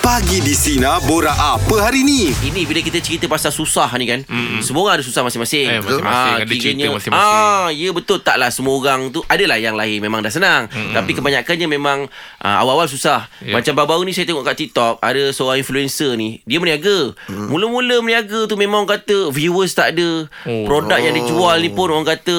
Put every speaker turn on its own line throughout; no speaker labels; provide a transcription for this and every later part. Pagi di Sina Bora apa hari ni?
Ini bila kita cerita pasal susah ni kan mm-hmm. Semua orang ada susah masing-masing
Eh, masing-masing.
Ah,
Ada cerita
kiranya-
masing-masing.
ah, Ya betul taklah Semua orang tu Adalah yang lahir memang dah senang mm-hmm. Tapi kebanyakannya memang ah, Awal-awal susah
Ya.
Macam baru-baru ni saya tengok kat TikTok Ada seorang influencer ni Dia berniaga mm. Mula-mula berniaga tu memang kata Viewers tak ada oh.
Oh.
Produk yang dijual ni pun orang kata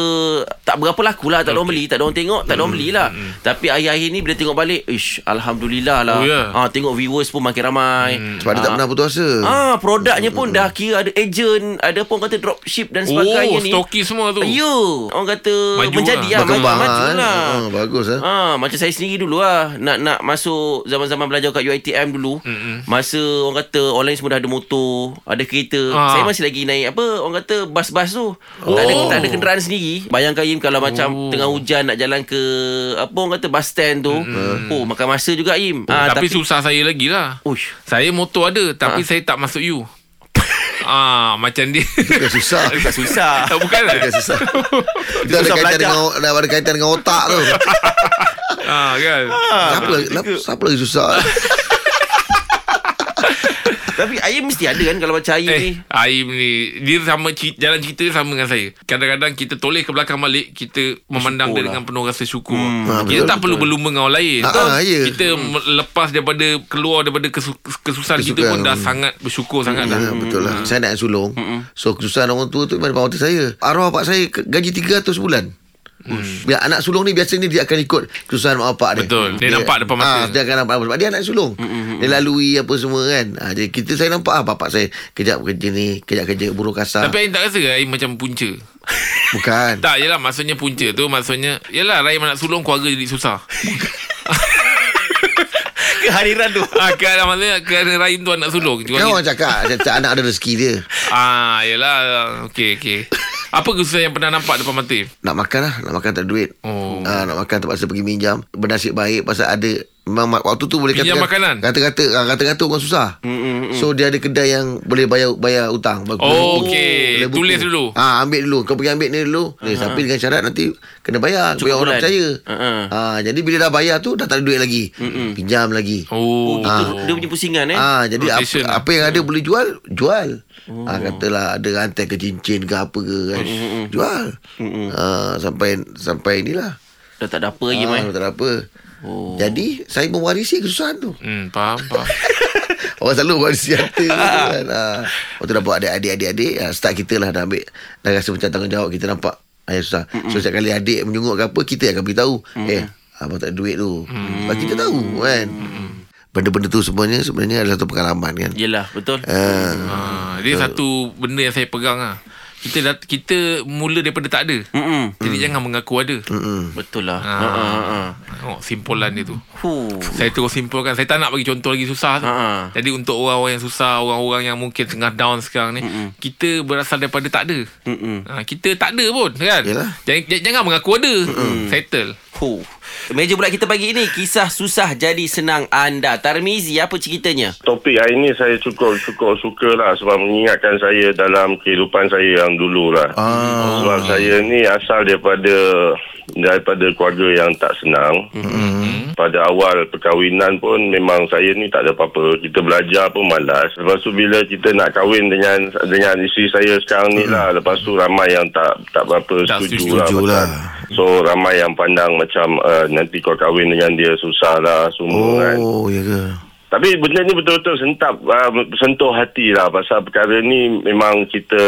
Tak berapa laku lah Tak ada orang beli Tak ada orang tengok Tak ada orang beli lah Tapi akhir-akhir ni bila tengok balik Ish Alhamdulillah lah
Oh, ya. Mm.
ah, Tengok viewers pun makin ramai
Sebab dia tak
Ah,
pernah putus asa.
Ah, produknya pun dah kira ada agent, ada pun kata dropship dan sebagainya
Oh,
ni.
stoki semua tu.
Ya, orang kata
Maju
menjadi
lah.
lah, maju,
Berkembang lah.
maju
kan?
lah.
Ah, bagus ah.
Ah, macam saya sendiri dulu lah nak nak masuk zaman-zaman belajar kat UiTM dulu. Mm-mm. Masa orang kata online semua dah ada motor, ada kereta.
Ah.
Saya masih lagi naik apa orang kata bas-bas tu. Oh. Tak ada tak ada kenderaan sendiri. Bayangkan Im kalau macam
Oh.
tengah hujan nak jalan ke apa orang kata bus stand tu. Oh, makan masa juga Im.
Ah, tapi, susah saya lagi lah.
Uish.
Saya motor ada tapi saya tak masuk you. ah, macam dia.
Bukan susah.
Tak susah.
tak bukan lah.
Bukan susah. Itu ada
Susah
kaitan
belajar.
dengan dah ada kaitan dengan otak tu.
ah, kan.
Siapa lagi kenapa- siapa lagi susah?
Hmm,
Tapi air mesti ada kan kalau macam air ni.
Eh, Aim ni Dia sama ci- Jalan cerita dia sama dengan saya Kadang-kadang kita toleh ke belakang balik Kita memandang dia
lah.
dengan penuh rasa syukur
Ah,
Kita
betul,
tak perlu berlumba dengan orang lain
Ah, ah, ya.
Kita me- lepas daripada Keluar daripada kesu- kesusahan kita
Kesukaan.
pun Dah sangat bersyukur sangat
Ya,
dah
betul lah. Saya nak sulung.
Hmm,
So kesusahan orang tua tu memang depan otak saya. Arwah pak saya ke- gaji 300 bulan.
Hmm.
Bila anak sulung ni biasanya dia akan ikut kesusahan mak bapak dia.
Betul. Dia nampak depan mata. Hmm,
Ah, dia akan nampak sebab dia anak sulung. Dia lalui apa semua kan. Ah, jadi kita saya nampak ah bapak saya kejap kerja ni, kejap kerja buruh kasar.
Tapi Aim tak rasa ke Aim macam punca
Bukan.
Tak yelah maksudnya punca tu Maksudnya Yelah Rahim anak sulung Keluarga jadi susah
Kehadiran tu.
ah, Kerana maksudnya Kerana Rahim tu anak sulung
Kan
Keluarga
orang cakap cakap anak ada rezeki dia.
Ah yelah Okay okay Apa kesusahan yang pernah nampak depan mata Aim?
Nak makan lah Nak makan tak ada duit
Oh.
Ah, Nak makan terpaksa pergi minjam Bernasib baik Pasal ada Memang mak- waktu tu boleh
Pinjam makanan? Hmm,
Kata-kata ah, Kata-kata orang susah mm, So dia ada kedai yang Boleh bayar bayar utang Bagus.
Oh, okey.
Boleh buku.
Tulis dulu. Hmm.
ah, Ambil dulu Kau pergi ambil ni dulu uh-huh. Tapi dengan syarat nanti Kena bayar Cukup Biar orang
bulan.
percaya
Ha-ha.
ah, Jadi bila dah bayar tu Dah tak ada duit lagi Mm-mm. Pinjam lagi
Oh,
Oh, gitu. Dia punya pusingan eh.
Ah, jadi apa,
Rotation lah.
apa yang ada boleh jual, jual. Oh. Ah, katalah ada rantai ke cincin ke apa ke kan.
Mm,
Jual. Ah, sampai sampai inilah.
Dah tak ada apa mm. lagi
Ah,
main.
tak ada apa.
Oh.
Jadi saya mewarisi kesusahan tu.
Hmm, faham, faham.
Orang selalu warisi harta kan. Ah. Waktu dapat ada adik-adik-adik, ah, start kita lah dah ambil dah rasa macam tanggungjawab kita nampak ayah susah.
Mm,
So setiap kali adik menjenguk ke apa, kita akan beritahu. Eh,
mm.
abang tak ada duit tu. Sebab kita tahu kan. Benda-benda tu semuanya sebenarnya ada satu pengalaman kan.
Yelah, betul.
Ah.
ha, dia satu benda yang saya pegang lah. Kita dah, kita mula daripada tak ada.
Mm-mm.
Jadi jangan mengaku ada.
Betul lah. Ha
Ah.
ha ha.
Tengok simpulan dia tu.
Huh.
Saya terus simpulkan. Saya tak nak bagi contoh lagi susah tu.
Ha-ha.
Jadi untuk orang-orang yang susah, orang-orang yang mungkin tengah down sekarang ni, kita berasal daripada tak ada.
Mm-mm.
Ha, kita tak ada pun kan.
Yelah.
Jangan, j- jangan mengaku ada. Hmm, Settle.
Huh. Meja pula kita pagi ini kisah susah jadi senang anda. Tarmizi apa ceritanya?
Topik hari ni saya cukup cukup suka lah sebab mengingatkan saya dalam kehidupan saya yang dulu lah. Ah. Sebab saya ni asal daripada daripada keluarga yang tak senang. Mm-hmm. Pada awal perkahwinan pun memang saya ni tak ada apa-apa. Kita belajar pun malas. Lepas tu bila kita nak kahwin dengan dengan isteri saya sekarang ni lah. Lepas tu ramai yang tak tak berapa
Tak setuju.
setuju, lah.
Setuju
pasal
lah.
So ramai yang pandang macam uh, nanti kau kahwin dengan dia susah lah semua kan.
Oh, ya ke?
Tapi benda ni betul-betul sentap uh, sentuh hati lah pasal perkara ni memang kita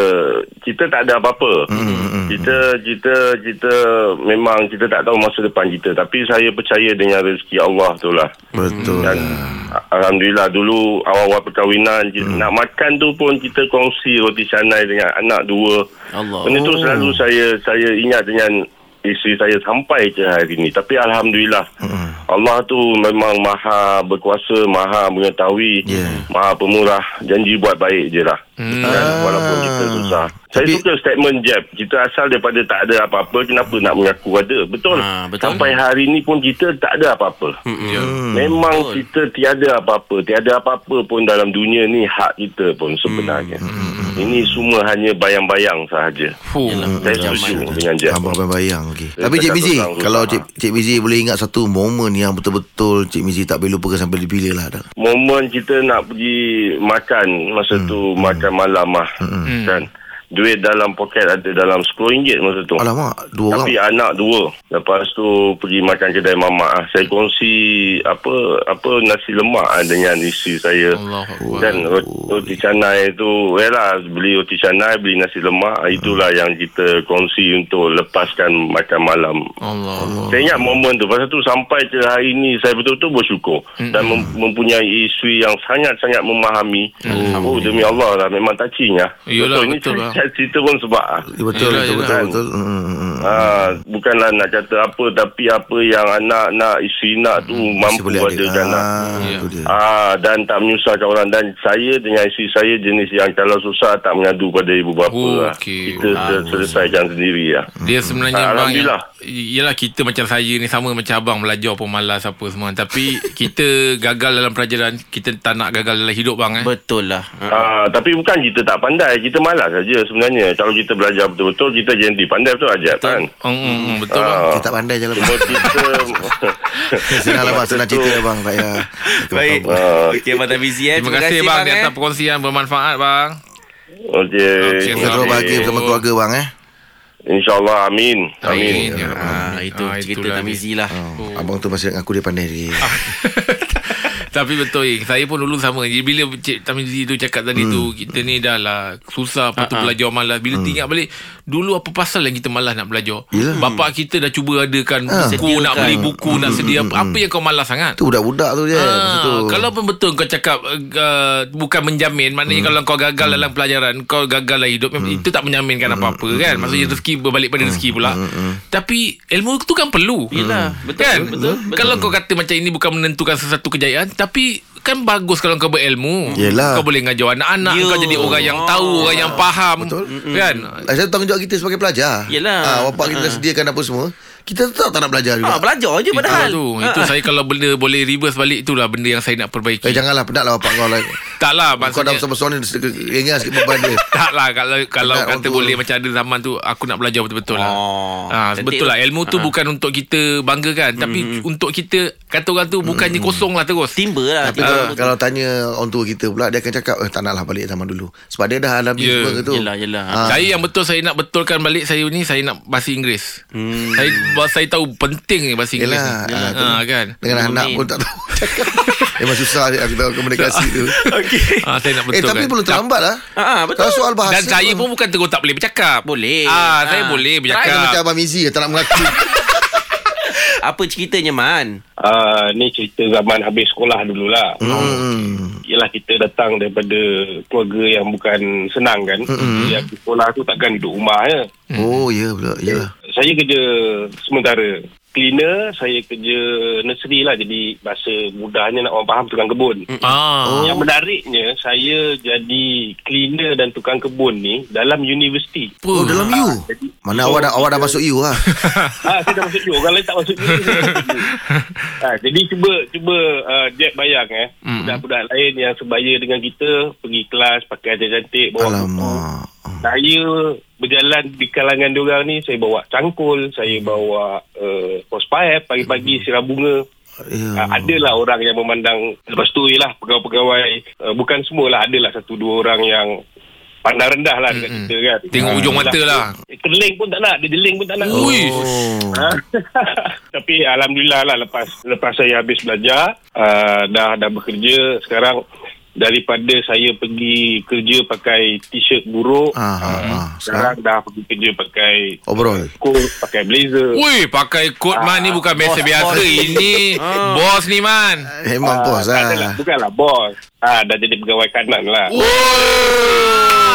kita tak ada apa-apa. Mm, kita kita kita memang kita tak tahu masa depan kita tapi saya percaya dengan rezeki Allah tu lah.
Betul.
Dan a- alhamdulillah dulu awal-awal perkahwinan kita, nak makan tu pun kita kongsi roti canai dengan anak dua.
Allah.
Benda tu selalu saya saya ingat dengan isteri saya sampai ke hari ni. Tapi alhamdulillah. Hmm. Allah tu memang maha berkuasa, maha mengetahui,
Yeah.
maha pemurah. Janji buat baik je lah.
Hmm.
Kan? Walaupun kita susah. Saya
Tapi-
suka statement Jeb. Kita asal daripada tak ada apa-apa, kenapa nak mengaku ada? Betul.
Ah,
Ha,
betul.
Sampai hari ni pun kita tak ada apa-apa.
Hmm. Ya.
Memang
Mm.
kita tiada apa-apa. Tiada apa-apa pun dalam dunia ni hak kita pun sebenarnya. Hmm. Ini semua hanya bayang-bayang sahaja.
Fuh.
Saya setuju dengan Jeb.
Abang abang bayang okay.
Saya
Tapi Cik
cakap
Mizi
tentang
Kalau
usaha.
Cik, Cik Mizi boleh ingat satu momen yang betul-betul Cik Mizi tak boleh lupakan sampai dipilih lah dah.
Momen kita nak pergi makan masa tu makan malam lah kan. Duit dalam poket ada dalam RM10 masa tu.
Alamak Dua orang
Oh. Tapi ya. anak dua. Lepas tu pergi makan kedai mamak ah. Saya kongsi apa apa nasi lemak ah dengan isteri saya.
Allah
Dan roti, roti canai tu eh lah beli roti canai, beli nasi lemak, ah, itulah yang kita kongsi untuk lepaskan makan malam.
Allah
Saya ingat momen tu Pasal tu sampai ke hari ni Saya betul-betul bersyukur mm-hmm. Dan mem- mempunyai isteri yang sangat-sangat memahami Oh demi Allah lah Memang touching lah
Yelah,
Ini
betul lah.
cerita, cerita pun sebab lah
Betul Ya, betul
Yelah,
betul,
yelah.
betul, betul. Hmm, hmm, hmm.
Ah, bukanlah nak kata apa tapi apa yang anak nak isteri nak tu
Masih
mampu
Hmm, boleh ada
adakan lah.
Ah,
Ya.
tu dia.
Ah dan tak menyusahkan orang dan saya dengan isteri saya jenis yang kalau susah tak mengadu pada ibu bapa
Oh,
lah.
okey.
Kita
Ah.
sel- selesaikan sendiri lah.
Dia sebenarnya
Ah,
bang yang,
Alhamdulillah.
Yelah kita macam saya ni Sama macam abang Belajar pun malas apa semua Tapi kita gagal dalam pelajaran Kita tak nak gagal dalam hidup bang eh
Betul lah.
Hmm.
Ha.
Ah, tapi bukan kita tak pandai, kita malas saja sebenarnya. Kalau kita belajar betul-betul, kita jadi pandai betul aja kan.
Hmm, hmm, hmm, Betul bang
Ah,
Dia tak pandai je lah
Cuma kita
Senang lah bang Senang cerita lah bang Tak payah
Baik.
Ah.
Okey Abang Tabizi eh.
Terima kasih bang Di atas perkongsian bermanfaat bang
Okey.
Okey,
Kita terus bahagia bersama keluarga bang eh
InsyaAllah amin. Amin.
Amin ya Rabbal
Ha,
Alamin.
itu
Ah,
cerita
itulah
Tabizi
dia. Ah.
lah.
oh. Abang tu masih ngaku dia pandai dia
Tapi betul eh, Saya pun dulu sama Jadi bila Cik Tamizi tu cakap tadi tu Kita ni dah lah Susah Lepas tu belajar malas Bila teringat balik Dulu apa pasal yang kita malas nak belajar
Yelah.
Bapak kita dah cuba adakan
Ah.
Buku nak
Sediakan.
beli buku Nak sedia apa Apa yang kau malas sangat
Tu budak-budak tu je masa tu.
Ah, kalau pun hmm, betul kau cakap uh, uh, bukan menjamin maknanya hmm. kalau kau gagal dalam pelajaran kau gagal dalam hidup hmm. Hmm, itu tak menjaminkan apa-apa kan maksudnya rezeki berbalik pada rezeki pula tapi ilmu tu kan perlu
Yelah,
Hmm.
betul,
kan
betul, betul.
kalau kau kata macam ini bukan menentukan sesuatu kejayaan tapi kan bagus kalau kau berilmu
Yelah.
kau boleh ngajar anak-anak
Ya.
kau jadi orang yang tahu orang yang faham betul. kan
Saya tanggungjawab kita sebagai pelajar
Yelah.
ah, Bapak kita dah sediakan apa semua Kita tetap tak nak
Ha,
belajar juga
belajar je padahal. Ha, Ah,
Itu, tu, itu saya kalau benda boleh reverse balik itulah benda yang saya nak perbaiki.
Eh janganlah penat lah bapak kau lah
tak lah
Kau dah
maksudnya
besar-besar ni Ringan sikit beban dia
Tak lah kalau kalau
Penat
kata
orang tua.
boleh macam ada zaman tu aku nak belajar betul-betul lah.
Oh,
ha,
cantik Mm-hmm.
betul lah ilmu tu bukan untuk kita banggakan tapi untuk kita kata orang tu bukannya
Mm-hmm.
kosong lah terus.
Timba lah.
Tapi kalau, kalau tanya orang tua kita pula Dia akan cakap eh, Tak naklah balik zaman dulu Sebab dia dah
Ya.
alami yeah. semua tu
Yelah, yelah.
Ah.
Saya yang betul saya nak betulkan balik saya ni saya nak bahasa Inggeris. Hmm. Saya saya tahu penting ni bahasa Inggeris
Yelah,
ni.
ah,
Ha, kan.
Dengan
Belum
anak
ni.
pun tak tahu cakap Memang susah aku tahu komunikasi tu
Ha, saya nak
Eh
betulkan.
tapi belum terlambat lah
Ah, ah, betul.
Kalau soal bahasa
Dan saya pun bukan terus tak boleh bercakap.
Boleh.
Ah, saya
Ah.
boleh
Dia macam
bercakap.
Abang Mizi Tak nak mengaku
Apa ceritanya Man?
Uh, ni cerita zaman habis sekolah dululah.
Hmm.
Ialah kita datang daripada keluarga yang bukan senang kan. Mm-hmm. Yang sekolah tu takkan duduk rumah ya.
Oh ya pula Yalah
Hmm.
Saya kerja sementara cleaner, saya kerja nursery lah jadi bahasa mudahnya nak orang faham tukang kebun. Mm-hmm.
Ah.
Yang menariknya saya jadi cleaner dan tukang kebun ni dalam universiti.
Oh dalam you Mana awak dah, awak dah masuk you lah
Ah, saya dah masuk dulu. Orang lain tak masuk dulu. ah, jadi cuba cuba uh, Jack bayang eh.
Mm.
Budak-budak lain yang sebaya dengan kita pergi kelas pakai ajar cantik bawa buku.
Alamak
Saya berjalan di kalangan diorang ni saya bawa cangkul, saya bawa uh, hose pipe pagi-pagi
Hmm.
sirap bunga.
Ya.
Uh, adalah orang yang memandang lepas tu ialah pegawai-pegawai uh, bukan semualah adalah satu dua orang yang pandang rendah lah dekat kita kan.
Hmm, Tengok
Ah,
ujung mata lah.
Terling pun tak nak, dia jeling pun tak nak.
Ui.
Oh.
Ha? Tapi alhamdulillah lah lepas lepas saya habis belajar uh, dah dah bekerja sekarang daripada saya pergi kerja pakai t-shirt buruk uh,
Ah, ah, ah.
sekarang dah pergi kerja pakai
Overall
coat pakai blazer
Ya.
Ui, pakai kot man ni bukan biasa-biasa. Ini
Ah.
bos ni man.
Memang
Ah,
bos
tak
lah
adalah, bukanlah bos ah dah jadi pegawai kanan lah
Ya. Oh.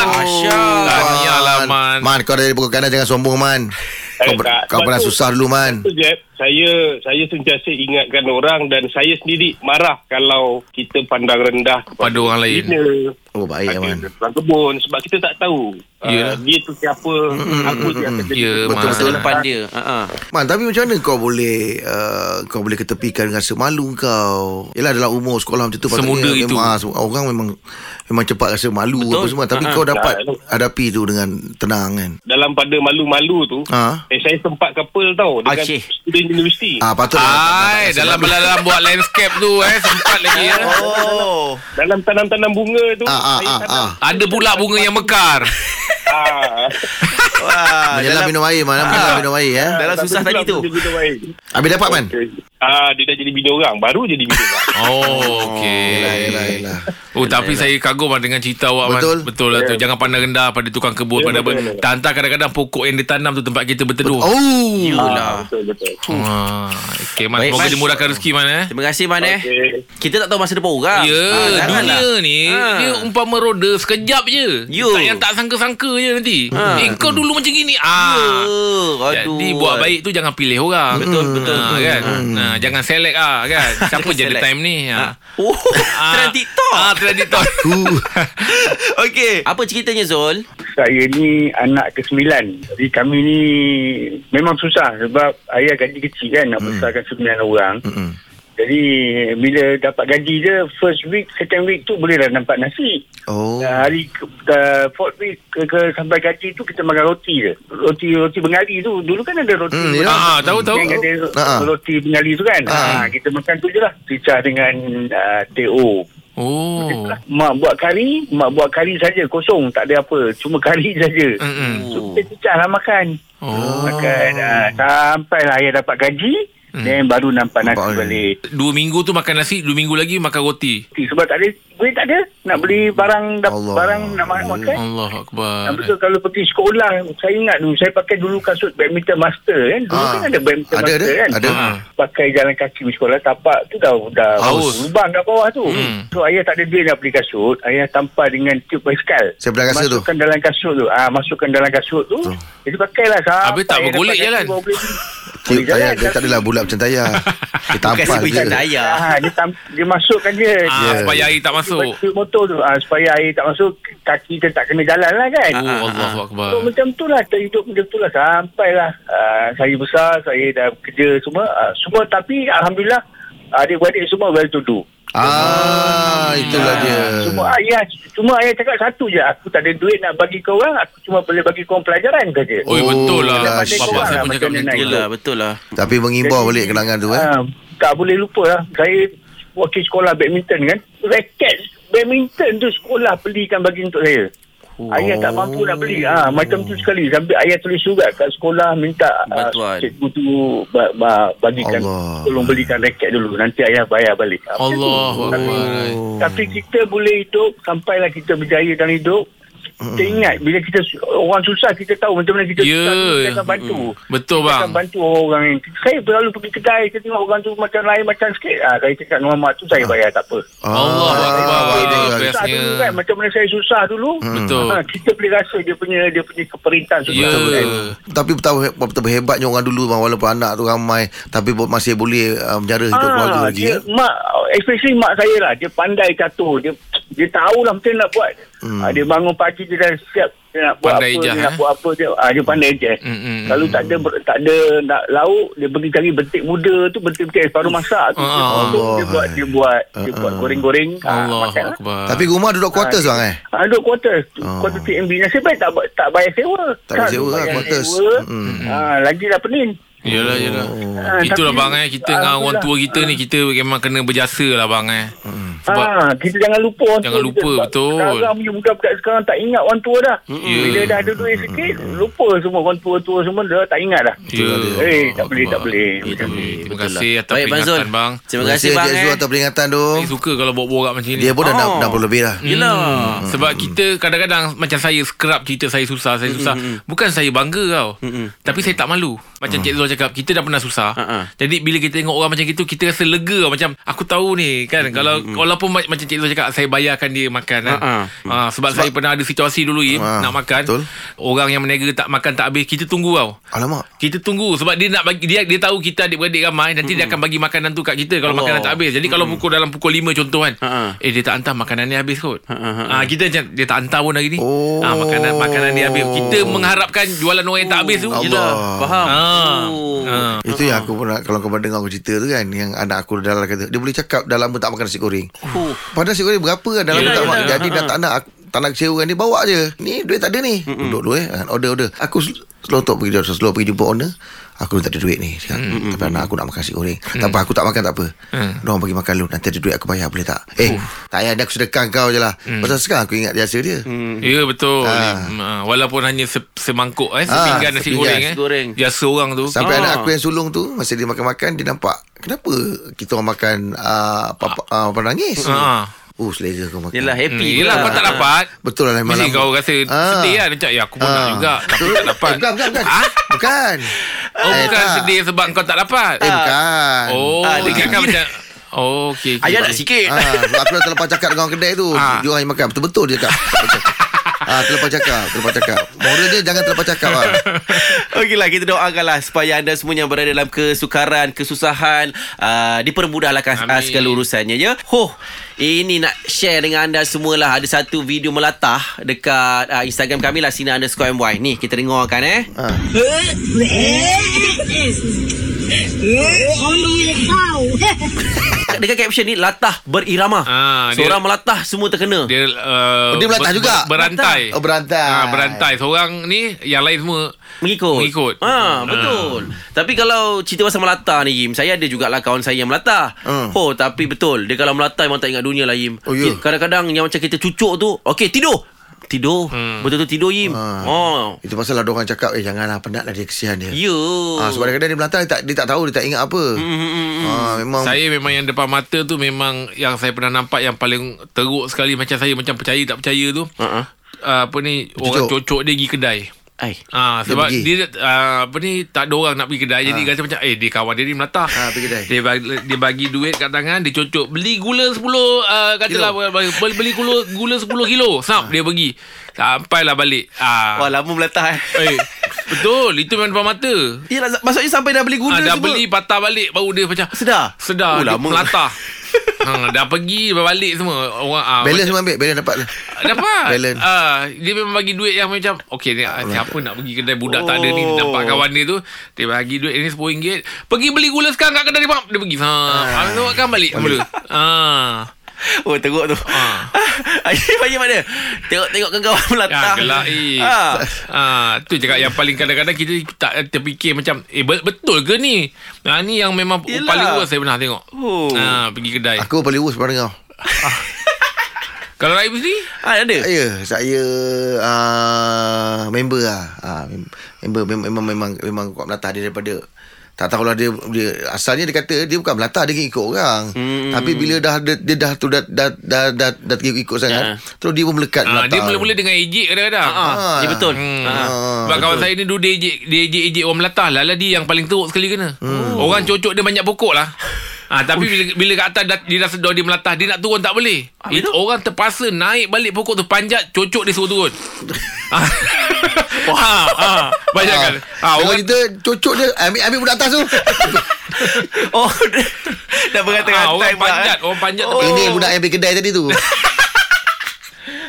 Masya
Allah. Tahniah lah, Man.
Man kau dari pukul kanan Jangan sombong Man Kau,
Eh,
ber-
tak.
kau
Sebab
pernah
tu-
susah dulu Man
tu Jeb saya saya sentiasa ingatkan orang dan saya sendiri marah kalau kita pandang rendah
Pada orang lain.
Bina,
Oh baik Aman
Orang kebun sebab kita tak tahu
Yalah.
uh, dia tu siapa, apa dia akan jadi.
Ya,
Betul,
Mak.
Masa
betul.
depan dia. Ha.
Man tapi macam mana kau boleh uh, Kau boleh ketepikan rasa malu kau Yelah dalam umur sekolah macam tu patutnya
Semuda itu.
memang, ah, semua- Orang memang Memang cepat rasa malu
Betul.
Betul. apa semua Tapi
Ha-ha.
kau dapat
Ya, ya.
Hadapi tu dengan tenang kan
Dalam pada malu-malu tu,
Ha.
eh, saya sempat couple tau dengan
Aceh.
student universiti.
Ah patut
Ai, dalam dalam buat landscape tu eh sempat lagi ya.
Oh.
Dalam tanam-tanam bunga tu,
Ah ah
saya
ah ah
tanam.
Ada pula bunga yang mekar.
Ah.
Wah,
Menyelam
dalam,
minum air Mana
Ah.
menyelam minum air eh
dalam
Tapi
susah
pula
tadi tu.
benda benda baik.
Habis dapat man
Ah, dia dah jadi bini orang, baru jadi bini orang.
Oh, okey.
Yelah yelah yelah
Oh tapi saya kagum lah dengan cerita awak
Betul.
Man. Betul lah tu
Ya.
Jangan pandang rendah pada tukang kebun pada apa. Tak hantar kadang-kadang pokok yang ditanam tu tempat kita berteduh
Oh
Yulah.
Ha, Betul betul.
Ah, okay, man.
Baik,
Semoga
Man.
dimurahkan rezeki man eh.
Terima kasih Man eh.
Okey.
Kita tak tahu masa depan orang.
Ya,
Ah, janganlah.
dunia ni
Ah.
dia umpama roda sekejap je.
You.
Tak yang tak sangka-sangka je nanti. Eh kau dulu macam gini. Ah.
Eh, Ah. Aduh.
Jadi buat baik tu jangan pilih orang. Betul betul kan. Nah, jangan select ah kan. Siapa je ada
select.
time ni. Ha.
Oh, trend TikTok.
Ah, trend TikTok.
Okey. Apa ceritanya Zul?
saya ni anak kesembilan. Jadi kami ni memang susah sebab ayah gaji kecil kan
Hmm.
nak besarkan sembilan orang.
Mm-mm.
Jadi bila dapat gaji je first week, second week tu bolehlah nampak nasi.
Oh
Oh. Hari ke, uh, fourth week ke, ke, sampai gaji tu kita makan roti je. Roti roti bengali tu. Dulu kan ada roti.
Hmm,
Hmm,
ya.
Ah, tahu tahu.
Yang ada
Ah.
roti bengali tu kan.
Ah.
Ah. kita makan tu je lah. Pecah dengan uh, teh
Oh.
Ha.
Mak buat kari, mak buat kari saja kosong, tak ada apa. Cuma kari saja.
Ha.
Mm-mm.
So, kita cecah lah makan.
Oh.
Makan uh, sampailah ayah dapat gaji,
Hmm.
hmm. then baru nampak nasi
Nampak, eh.
balik. Eh,
Dua minggu tu makan nasi, dua minggu lagi makan roti.
Sebab tak ada, duit tak ada. Nak beli barang, dap,
Allah.
barang nak makan. makan.
Allah Akbar.
Habis tu kalau pergi sekolah, saya ingat dulu, saya pakai dulu kasut badminton master kan. Dulu
Ah.
kan ada badminton
Ada,
master
ada,
kan.
ada.
Ah. Pakai jalan kaki pergi sekolah, tapak tu dah, dah
Haus.
lubang kat bawah tu.
Hmm.
So ayah tak ada duit nak beli kasut, ayah tampar dengan tube basikal.
Saya pernah rasa tu
Masukkan dalam kasut tu. Ah, masukkan dalam kasut tu.
Betul.
Jadi pakailah sampai
Habis tak bergolek kan? jalan?
dapat kaki baru boleh-
Tiup
boleh
tayar
jalan,
dia tak
tapi-
adalah bulat macam tayar Dia
Bukan
tampal
sebiji
je
daya.
Ah, dia, tam, dia masukkan je.
Ah,
Ya.
supaya air tak
Dia
masuk.
tiup motor tu. Ah, supaya air tak masuk, kaki kita tak kena jalan lah kan.
Oh,
ah,
Allah Akbar.
So, macam tu lah. Kita hidup macam tu lah. Sampailah ah, saya besar, saya dah kerja semua. Ah, semua tapi Alhamdulillah, adik-beradik semua well to do.
Ah
Hmm.
Itulah dia
Cuma ayah cuma ayah cakap satu je aku tak ada duit nak bagi kau orang aku cuma boleh bagi kau pelajaran saja.
Oi, betul lah.
Oh,
Bapak saya
lah
pun
macam
cakap
dia
macam
naik.
tu.
Yelah, betul lah.
Tapi mengimbau balik kenangan tu eh
Ah, tak boleh lupa lah. Saya wakil sekolah badminton kan. Raket badminton tu sekolah belikan bagi untuk saya. Oh. Ayah tak mampu nak beli. Ah, macam tu sekali. Sampai ayah tulis surat kat sekolah minta ah,
Bantuan.
cikgu tu ba- ba- bagikan
Allah.
tolong belikan raket dulu. Nanti ayah bayar balik. Ah, macam tu.
Allah
Tapi,
Akbar.
tapi kita boleh hidup sampailah kita berjaya dalam hidup. Kita ingat bila kita su- orang susah kita tahu macam mana kita
Ya.
susah kita akan bantu.
Betul
Kita
bang.
akan bantu orang-orang yang Saya selalu pergi kedai Saya tengok orang tu macam lain Macam sikit ah, Saya cakap dengan mak tu Saya bayar tak apa
Oh. Ah,
Allah Akbar.
Saya tengok
bestnya.
susah dulu kan Macam mana saya susah dulu
Betul.
ha, Kita boleh rasa Dia punya dia punya keperintahan susah
Hmm. Ya.
tu kan.
Tapi betapa, betapa hebatnya orang dulu bang, Walaupun anak tu ramai Tapi bo- masih boleh uh, Menjara hidup keluarga
Ah,
lagi
dia,
ya?
mak, especially mak saya lah. Dia pandai catur. Dia dia tahulah macam mana nak buat.
Hmm.
Hmm. Ah, dia bangun pagi dia dah siap dia nak buat
Pandai
apa,
ijah,
dia nak
eh?
buat apa dia. Ah, dia pandai je.
Hmm, hmm,
Hmm. Kalau tak ada ber- tak ada nak lauk, dia pergi cari bentik muda tu, bentik-bentik yang baru masak tu.
Ah,
Dia potong, dia buat dia buat dia
Ah,
buat goreng-goreng.
Allah
Ah, makan. lah.
Akbar.
Tapi rumah duduk quarters bang eh
Ah, duduk kuarter.
Ah.
Kuarter TMB. Nasib baik tak, ba- tak bayar sewa.
Tak boleh sewa lah quarters
Sewa.
hmm.
Ah, lagi dah pening.
Yalah yalah.
Oh.
Ah,
Itulah
tapi- Ah,
bang eh kita dengan orang tua kita ni kita memang kena berjasa lah bang eh. Sebab
Ah, kita jangan lupa orang
Jangan
tua
lupa,
kita. Sebab
betul.
Sekarang punya budak-budak sekarang tak ingat orang tua dah.
Ya.
Bila dah ada duit sikit, lupa semua orang tua-tua semua dah tak ingat dah.
Ya.
Eh, tak boleh, tak boleh.
Itu.
Terima
Betul
kasih
lah.
atas
Baik, Bang
peringatan
Zul.
bang.
Terima kasih bang
Encik Zul
eh.
atas peringatan tu
Saya suka kalau bawa-bawa macam ni.
Dia pun dah
Oh.
nak- dah 60 lebih dah
Yelah.
Hmm. Sebab kita
Hmm,
kadang-kadang macam saya scrub cerita saya susah, saya susah. Bukan saya bangga tau. Tapi saya tak malu. Macam Cik Zul cakap Kita dah pernah susah
Hmm. Ha, ha.
Jadi bila kita tengok orang macam gitu Kita rasa lega Macam aku tahu ni kan Kalau Walaupun ma- macam Cik Zul cakap Saya bayarkan dia makan kan?
Hmm, Ha,
Ah, sebab, saya pernah ada situasi dulu Im,
Ah,
Nak makan
betul.
Orang yang meniaga tak makan tak habis Kita tunggu tau
Alamak.
kita tunggu sebab dia nak bagi dia dia tahu kita adik-beradik ramai nanti mm. dia akan bagi makanan tu kat kita kalau
Allah.
makanan tak habis. Jadi kalau pukul dalam pukul 5 contoh kan.
Ha, ha.
Eh dia tak hantar makanan ni habis kot.
Ha, ha, ha,
Ah kita macam dia tak hantar pun hari ni.
Oh.
Ah makanan makanan dia habis. Kita mengharapkan jualan orang yang tak habis tu kita.
Allah.
Faham?
Ah.
Oh.
Ah.
Itu yang aku pernah Kalau kau pernah dengar aku cerita tu kan Yang anak aku dalam kata Dia boleh cakap Dah lama tak makan nasi goreng
Oh.
Padahal nasi goreng berapa kan Dah lama
Yelah,
tak makan
yelah.
Jadi dah tak nak aku- Tak nak kecewakan dia Bawa je Ni duit tak ada ni Duduk dulu eh Ha, Order order Aku sel- selotok pergi dia Slow pergi jumpa owner Aku tak ada duit ni cakap. Tapi anak aku nak makan nasi goreng
Mm.
Tak apa aku tak makan tak apa
Ha.
Diorang bagi makan lu Nanti ada duit aku bayar boleh tak Eh tak payah ni aku sedekah kau je lah
Mm.
Pasal sekarang aku ingat jasa dia
Ya betul.
Ah.
Hmm, ah. Walaupun hanya se- semangkuk eh
Ah,
sepinggan nasi
sepinggan
goreng eh.
nasi goreng.
Biasa orang tu.
Ah.
Sampai anak aku yang sulung tu Masa dia makan-makan Dia nampak Kenapa kita orang makan uh, apa, apa, uh, apa nangis
Ah.
Oh selera kau makan
Yelah happy
Hmm, yelah kau tak
Ha.
dapat.
Betul lah
Mesti
malam
kau rasa
Ah.
sedih kan Macam ya aku pun nak
Ah.
juga Tapi tak dapat
eh, Bukan bukan bukan
Ah?
Bukan
Oh
Eh,
bukan
tak.
sedih sebab kau tak dapat
Eh bukan
Oh,
Ah,
dia
dia
cakap
gigit.
macam Oh, okey. Okay.
Ayah nak sikit.
Ah, sebab aku dah terlepas cakap dengan orang kedai tu
Ah.
Dia orang yang makan Betul-betul dia cakap Ah, terlepas cakap Terlepas cakap Moral dia jangan terlepas cakap lah
Okeylah kita doakanlah supaya anda semua yang berada dalam kesukaran, kesusahan uh, dipermudahlah uh,
Amin.
segala urusannya ya. Huh. Ini nak share dengan anda semualah ada satu video melatah dekat uh, Instagram kami lah Sina underscore MY. Ni kita dengarkan eh. Dekat- Dekat caption ni latah berirama.
Ah, dia-
Seorang melatah semua terkena.
Dia uh,
Oh, dia melantar juga?
Berantai.
Oh, berantai.
Ah, berantai. Seorang ni yang lain semua
Mengikut
Mengikut. Hmm.
ha, Betul Tapi kalau Cerita pasal Melata ni Yim Saya ada jugalah kawan saya yang Melata
Hmm.
Oh tapi betul Dia kalau Melata Memang tak ingat dunia lah Yim
Oh, ya?
Kadang-kadang Yang macam kita cucuk tu Okey tidur Tidur hmm. Betul-betul tidur Yim ha. Oh
Itu pasal ada orang cakap Eh janganlah penat lah dia kesian dia
Ya
Ah, sebab kadang-kadang dia melantar dia tak, dia tak tahu Dia tak ingat apa
Mm-hmm,
ah, Memang
Saya memang yang depan mata tu memang yang saya pernah nampak yang paling teruk sekali macam saya macam percaya tak percaya tu.
Ha-ha.
Uh, apa ni orang cocok dia pergi kedai.
ha. Ai.
Ah
Dia
sebab
pergi.
dia, ah, apa ni tak ada orang nak pergi kedai jadi rasa macam eh dia kawan dia ni melatah.
Ah, pergi kedai.
Dia bagi, dia bagi duit kat tangan dia cocok beli gula 10 uh, katalah beli, beli gula gula 10 kilo.
Ah.
Sap dia pergi. Sampailah balik. Ah
Wah lama Melata eh
eh betul itu memang depan mata.
Yelah maksudnya sampai dah beli gula
Ah, dah
semua.
beli patah balik baru dia macam
Sedar
sedar
Oh,
dia
lama.
melatah. ha, dah pergi balik semua orang ah, Eh.
Balance memang ambil Balance dapat
Dapat
Balance.
Ah, Dia memang bagi duit yang macam Okay ni ah, Siapa nak pergi kedai Budak tak ada ni Dia Nampak kawan dia tu Dia bagi duit ni RM10 Pergi beli gula sekarang Kat kedai dia pam Dia pergi ha, Habis tu kan balik mula ah.
Oh teruk tu ha. Ayah banyak mana Tengok-tengok ke kawan
Ya
Melata
gelak eh.
Ah.
ah. tu cakap yang paling kadang-kadang kita tak terfikir macam eh bet- betul ke ni? Ha ni yang memang
Yelah.
paling worst saya pernah tengok.
Oh.
Ah pergi kedai.
Aku paling worst pada kau
Kalau Raib sendiri?
Ah,
Eh.
ada
Saya Ya, Saya uh, Member lah uh, Member mem- memang Memang memang kuat Melata Dia daripada tak tahulah dia, dia asalnya dia kata dia bukan melata dia ikut orang. Hmm. Tapi bila dah dia, dia dah tu dah dah dah dah, dah, ikut sangat, terus dia pun melekat
Ya. Ah,
melata.
dia mula-mula dengan ejek kadang-kadang.
Ah,
Ah.
ya betul.
Hmm.
Ah.
Sebab kawan saya ni dulu dia ejek, dia ejek-ejek orang Melatah lah. Lah dia yang paling teruk sekali kena. Orang cocok dia banyak pokok lah. Ah, tapi bila bila kat atas dah, dia dah sedar dia melatah, dia nak turun tak boleh. It, orang terpaksa naik balik pokok tu panjat, cocok dia suruh turun. ah. ah, ah, bayangkan. Ah,
Ah,
orang
orang kita cocok dia ambil ambil budak atas tu.
Oh dah- Dah eh. berkata-kata
ah, orang panjat, orang panjat tak boleh.
Ini budak yang pergi kedai tadi tu.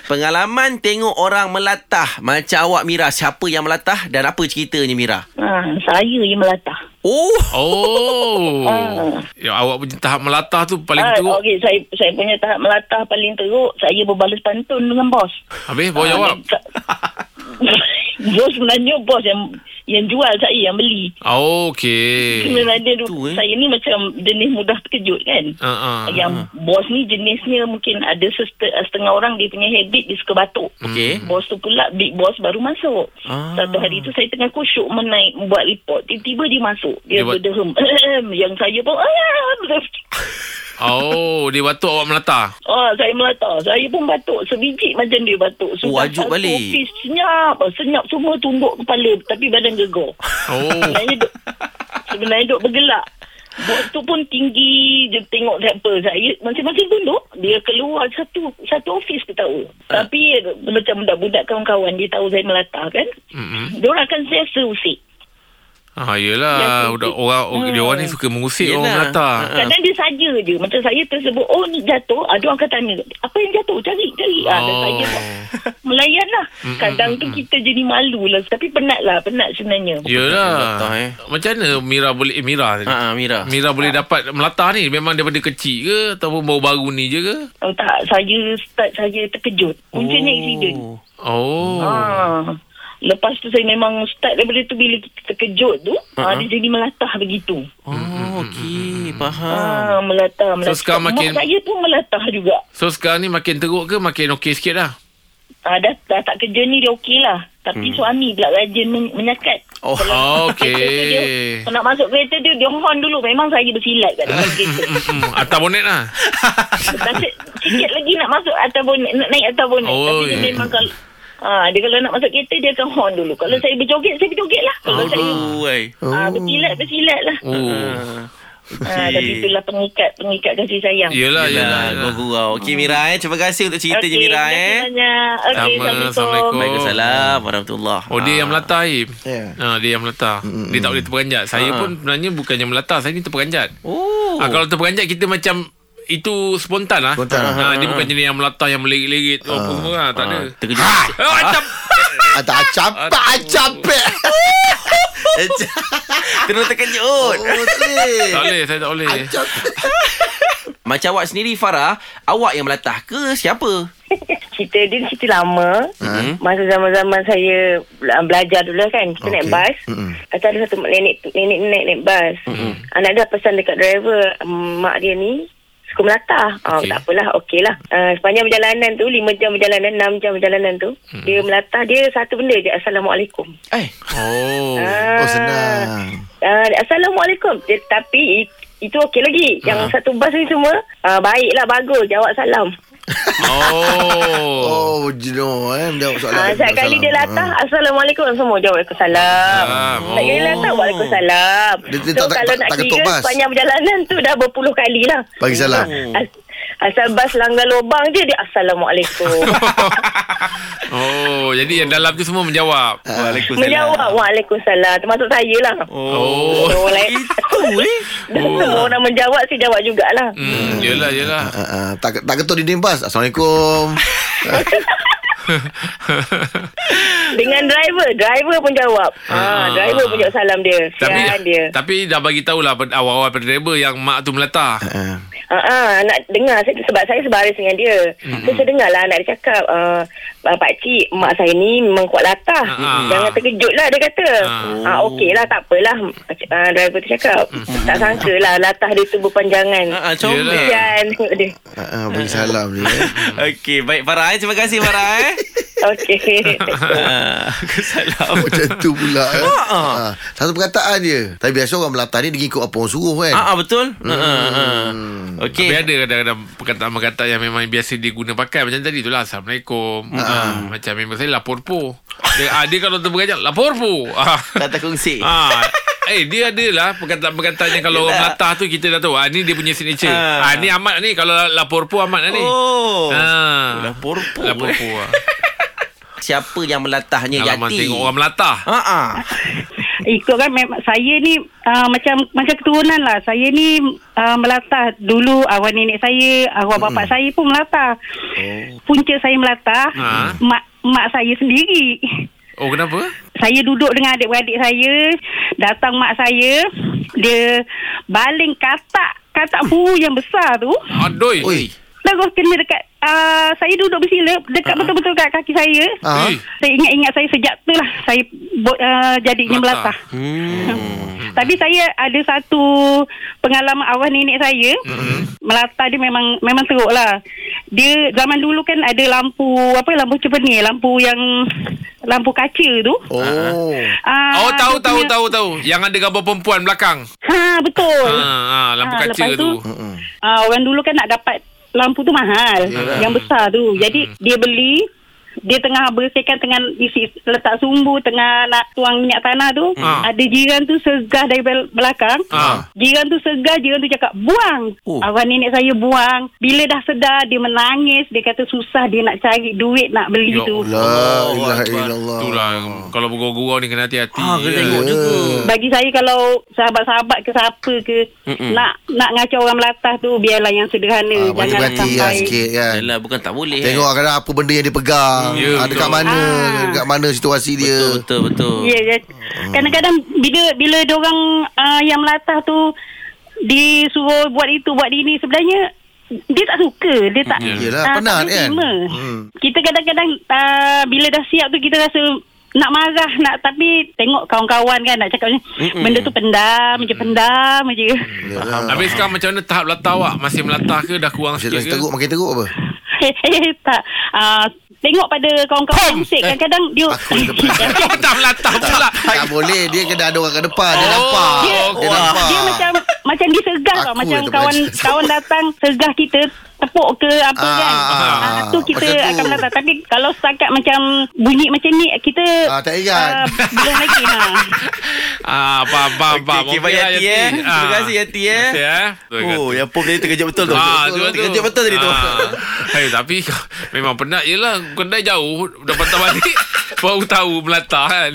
Pengalaman tengok orang melatah Macam awak Mira Siapa yang melatah Dan apa ceritanya Mira
Ha, saya yang melatah.
Oh
Oh. Ya, awak punya tahap melatah tu paling
Ah,
teruk.
Okey, saya saya punya tahap melatah paling teruk, saya berbalas pantun dengan bos.
Habis bawa
Ah,
jawab.
dan- bos sebenarnya bos yang yang jual saya, yang beli.
Oh, okey.
Sebenarnya dia,
Itu, eh.
saya ni macam jenis mudah terkejut kan.
Ah, ah,
Ya.
yang bos ni jenisnya mungkin ada seste- setengah orang dia punya habit dia suka batuk.
Hmm.
Okey.
Bos tu pula big boss baru masuk.
Ah.
Satu hari tu saya tengah kusyuk menaik buat report. Tiba-tiba dia masuk. Dia,
Dia buat-
berdehem. yang saya pun "Ah!"
Oh, dia batuk awak melata.
Oh, saya melata. Saya pun batuk. Sebiji macam dia batuk.
Oh, ajuk
tak
balik.
Kopi senyap. Senyap semua tumbuk kepala. Tapi badan gegar.
Oh.
Sebenarnya duk, sebenarnya duk bergelak. Bot tu pun tinggi je tengok rapper saya. Masing-masing tunduk. Dia keluar satu satu office kita tahu.
Eh.
Tapi eh, macam budak-budak kawan-kawan dia tahu saya melata kan.
Mm-mm.
Hmm.
Diorang akan sesa usik.
Ah, yelah. Budak, orang,
Ah.
hmm. dia orang ni suka mengusik orang
Yelah.
melata.
Ha.
Kadang dia saja je. Macam saya tersebut, oh ni jatuh. Ada orang akan tanya, apa yang jatuh? Cari, cari. Oh. dan
Oh.
saya buat melayan lah. Kadang tu kita jadi malu lah. Tapi penat lah, penat sebenarnya.
Yelah. Ah,
Melata, eh.
Macam mana Mira boleh, eh, Mira tadi?
Ah,
Ha, ha, Mira.
Mira boleh dapat melata ni memang daripada kecil ke ataupun baru-baru ni je ke?
Oh tak, saya start saya terkejut. Puncanya accident.
Oh.
Oh.
Ah. Lepas tu saya memang start daripada tu bila kita terkejut tu, uh-huh. ah, dia jadi melatah begitu.
Hmm,
Oh, okey. Faham.
Ah, melatah, melatah.
sekarang makin-
Mak saya pun melatah juga.
So sekarang ni makin teruk ke makin okey sikit dah?
Ah, dah, dah tak kerja ni dia okey lah. Tapi hmm. suami pula rajin men- menyakat.
Oh,
Kalau
Ah, okey.
masuk kereta dia- Kalau nak masuk kereta dia, dia horn dulu. Memang saya bersilat kat dalam kereta.
Hmm, atas bonet lah.
Nasib sikit lagi nak masuk atas bonet, nak naik atas bonet.
Oh,
Tapi dia
yeah.
memang kalau... Ah, dia kalau nak masuk kereta dia akan horn dulu. Kalau saya berjoget, saya berjoget lah. Kalau saya
Aduh, eh.
ah, bersilat, bersilat lah.
Ha.
Oh.
Ah, tapi itulah pengikat pengikat kasih sayang.
Yelah, yelah.
Yelah,
yelah.
gurau. Okey, Mira eh. Terima kasih untuk ceritanya,
Hmm. Okey,
Mira
terima kasih
eh.
banyak. Okey,
Sama,
Assalamualaikum.
Assalamualaikum.
Waalaikumsalam warahmatullahi.
Oh dia yang melata Im
Ya.
ha, Dia yang melata mm Dia tak boleh terperanjat Saya
Ha.
pun sebenarnya bukannya melata Saya ni terperanjat
Oh.
ha, Kalau terperanjat kita macam Itu spontan lah
Spontan,
ha, Dia bukan jenis yang melata Yang melirik-lirik ha. Apa semua ha, Tak ada
Ah, Terkejut.
Oh, macam
Atak acapak Acapek
Terus
Oh,
terkejut.
Boleh
Tak boleh Saya tak boleh
Acapek
Macam awak sendiri Farah, awak yang melatah ke siapa?
cerita dia cerita lama.
Ha?
Masa zaman-zaman saya bela- belajar dulu kan, kita
Okey. Hmm.
okay. naik bas.
Mm-mm.
Lepas tu ada satu mak nenek tu- nenek nenek naik bas. Mm-mm. Anak dia pesan dekat driver, "Mm, mak dia ni suka melata. Ah,
Okey.
tak apalah, okeylah. Uh, sepanjang perjalanan tu, 5 jam perjalanan, 6 jam perjalanan tu, mm dia melata, dia satu benda je, Assalamualaikum.
Eh,
Oh
Oh
Ah.
senang
Uh, Assalamualaikum. Dia, tapi i- itu okey lagi. Yang satu bas ni semua, uh, baiklah, bagus, jawab salam.
Oh
Oh jenuh eh Dia soalan
Ah, setiap kali dia latah Assalamualaikum Semua jawab Waalaikumsalam
Salam.
Tak kali
Oh.
latah Waalaikumsalam
Dia- dia
So
tak- tak-
kalau
tak-
nak
tak ketuk
kira
bas.
Sepanjang perjalanan tu Dah berpuluh kali lah
Bagi salam.
Ah, as- Asal bas langgar lubang je Dia Assalamualaikum
Oh Jadi yang dalam tu semua menjawab
Waalaikumsalam.
Menjawab Waalaikumsalam Termasuk saya lah
Oh
So, orang lain
Itu eh.
Dan semua orang menjawab Saya jawab jugalah
Hmm, yelah yelah.
Ah, ah, tak, tak ketuk dinding bas Assalamualaikum
Dengan driver Driver pun jawab ah,
Ah.
Driver pun jawab salam dia
Tapi
Ya,
Sian dia
tapi dah bagi tahulah pada- awal-awal pada driver yang mak tu melata.
Ah,
Ah, uh nak dengar saya sebab saya sebaris dengan dia. Mm-hmm. So saya dengar lah anak dia cakap uh, pak cik mak saya ni memang kuat latah.
Ah.
Jangan terkejut lah dia kata.
Ah.
Ah uh, okey lah tak apalah uh, driver tu cakap. Tak sangka lah latah dia tu berpanjangan.
Ah, ah, comel.
Yelah.
Kan tengok dia.
ah, ah, Bagi salam dia eh.
Okey, baik Farah eh. Terima kasih Farah eh.
Okey.
Ah, Salam.
Macam tu pula eh.
ah.
Ah, Satu perkataan je Tapi biasa orang Melata ni Dia ikut apa orang suruh kan
Ah, ah betul.
Hmm.
Ha ha.
Tapi
Okey.
ada kadang-kadang perkataan-perkataan yang memang biasa dia guna pakai macam tadi tu lah Assalamualaikum. Ah, macam member saya lapor po. Dia, ah, dia kalau terperajak lapor po. Ah.
Tak tak kongsi.
ah. Eh dia adalah perkataan-perkataan yang kalau orang
Yelah.
Melata tu kita dah tahu. Ah ni dia punya signature.
Ah.
Ah, ni amat ni kalau lapor po amat ni. eh.
Oh.
Ah.
Lapor po.
Lapor po. ah.
Siapa yang melatahnya
Alamak
Yati?
tengok orang Melata.
Ha ah.
Ikut kan memang saya ni uh, macam macam keturunan lah. Saya ni uh, melatah dulu arwah nenek saya, arwah bapak saya pun melatah. Oh. Punca saya melatah,
Ha.
mak mak saya sendiri.
Oh kenapa?
Saya duduk dengan adik-beradik saya, datang mak saya, dia baling katak katak huru yang besar tu.
Adoi.
Oi
Terus kena dekat uh, saya duduk bersila dekat betul-betul kat kaki saya.
Ah.
Eh.
Saya ingat-ingat saya sejak tu lah saya bo- uh, jadinya
Melatah.
melatah. Hmm. Tapi saya ada satu pengalaman awal nenek saya. Hmm. Melatah dia memang memang teruk lah. Dia zaman dulu kan ada lampu apa lampu cepeni, lampu yang lampu kaca tu.
Oh.
Uh,
Oh tahu tahu tahu tahu Yang ada gambar perempuan belakang
Ha betul.
ha, ha, Lampu
Ah,
kaca
lepas
tu
tu, Ah, orang dulu kan nak dapat lampu tu mahal. Yang besar tu.
Hmm.
Jadi dia beli dia tengah bersihkan tengah isi letak sumbu tengah nak tuang minyak tanah tu
Ah.
ada jiran tu segah dari bel- belakang
Ah.
jiran tu segah jiran tu cakap buang
Oh.
awak nenek saya buang bila dah sedar dia menangis dia kata susah dia nak cari duit nak beli
Ya
tu
La ilaha
Akbar.
illallah. Ah,
Itulah lah, Kalau bergurau-gurau ni kena hati-hati
Ah, kena
Ya.
tengok juga.
bagi saya kalau sahabat-sahabat ke siapa ke
Mm-mm.
nak nak ngacau orang Melata tu biarlah yang
Ah,
Eh,
sederhana
banyak
jangan
berhati lah
sampai
sikit kan.
Yalah bukan tak boleh eh.
Tengok lah kadang apa benda yang dia pegang.
Ya,
ah, dekat
betul.
mana,
Ah.
dekat mana situasi
eh.
dia.
Betul betul betul
Ya, ya.
Hmm.
Kadang-kadang bila bila orang uh, yang melatah tu disuruh buat itu buat ini sebenarnya dia tak suka, dia tak ah,
Yelah,
tak
penat
boleh
kan?
terima.
Hmm.
Kita kadang-kadang uh, bila dah siap tu kita rasa nak marah nak tapi tengok kawan-kawan kan nak cakap macam,
Hmm.
benda tu pendam je pendam je.
Yelah.
Ah.
Habis sekarang macam mana tahap melatah awak? Masih melatah ke dah kurang
Makin
sikit ke?
teruk, makin teruk apa?
Eh, tak. Uh, tengok pada kawan-kawan musik kadang-kadang dia
Eh, Aku yang
Melatah
depan.
Oh, melatah pula.
tak boleh Dia kena ada orang ke depan Dia
Oh.
nampak
Dia,
Dia
dia,
Ah, nampak
dia macam macam disegah tau
Aku
macam
yang terpelajar.
kawan kawan datang segah kita tepuk ke apa
Ah,
kan.
ah,
ah,
Ah tu kita
macam tu.
akan datang tapi kalau setakat macam bunyi macam ni kita
Ah, tak ingat.
ah, belum lagi ha.
Ah, faham, faham, faham.
Okey, baik hati, eh. Terima kasih, hati, eh.
lah, Ah. Terima kasih, eh. Terima kasih.
Oh, yang pom tadi terkejut betul tu.
Ah, tu
Betul,
tu.
Terkejut betul tadi tu.
Ah. Hey, tapi memang penat je lah. Kedai jauh, dah patah balik. Baru tahu melatah kan.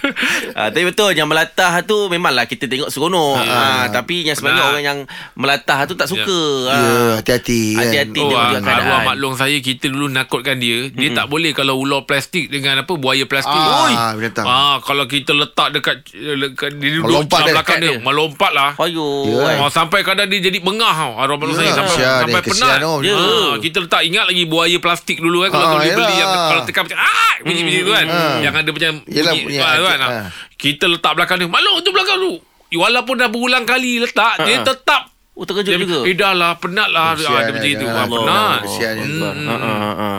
Ah, tapi betul yang melatah tu memanglah kita tengok seronok. Ah, tapi yang sebenarnya
Benar.
orang yang melatah tu tak suka.
Ya,
Ah.
Hati-hati kan
Hati-hati.
Oh,
Tengok
ah,
juga keadaan.
arwah maklum saya kita dulu nakutkan dia. Dia tak boleh kalau ular plastik dengan apa buaya plastik.
Ah,
Oi.
binatang.
Ah, kalau kita letak dekat, eh, dekat dia duduk dekat
Melompat dia,
belakang
dekat
dia, melompat lah.
Ayuh.
Ya.
Oh, sampai kadang dia jadi bengah tau. Arwah malu saya
Ya,
sampai
kesian
sampai
dia, kesian
penat.
tau.
Ya.
Ya.
kita letak ingat lagi buaya plastik dulu kan kalau
Ah,
kau boleh beli
yelah.
yang kalau tekan macam ah bunyi-bunyi tu kan. Yang ada macam
Yelah, bunyi
ah, tu kan.
ah.
Ah. Kita letak belakang dia. Malu tu belakang tu. Walaupun dah berulang kali letak, dia tetap
Oh, terkejut
dia,
juga.
Eh dah lah penat lah
Kesian
ah, Dia
dia,
macam itu
jangan.
ah, Penat
Kesian dia, Azbar.
Hmm.
Ah, ah, ah.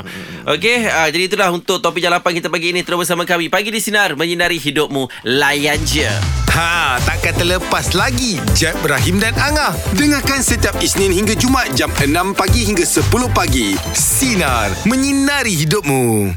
Okey, ah, jadi itulah untuk topik jalapan kita pagi ini terus bersama kami. Pagi di sinar menyinari hidupmu. Layan je.
Ha, takkan terlepas lagi Jeb, Ibrahim dan Angah. Dengarkan setiap Isnin hingga Jumat jam 6 pagi hingga 10 pagi. Sinar, menyinari hidupmu.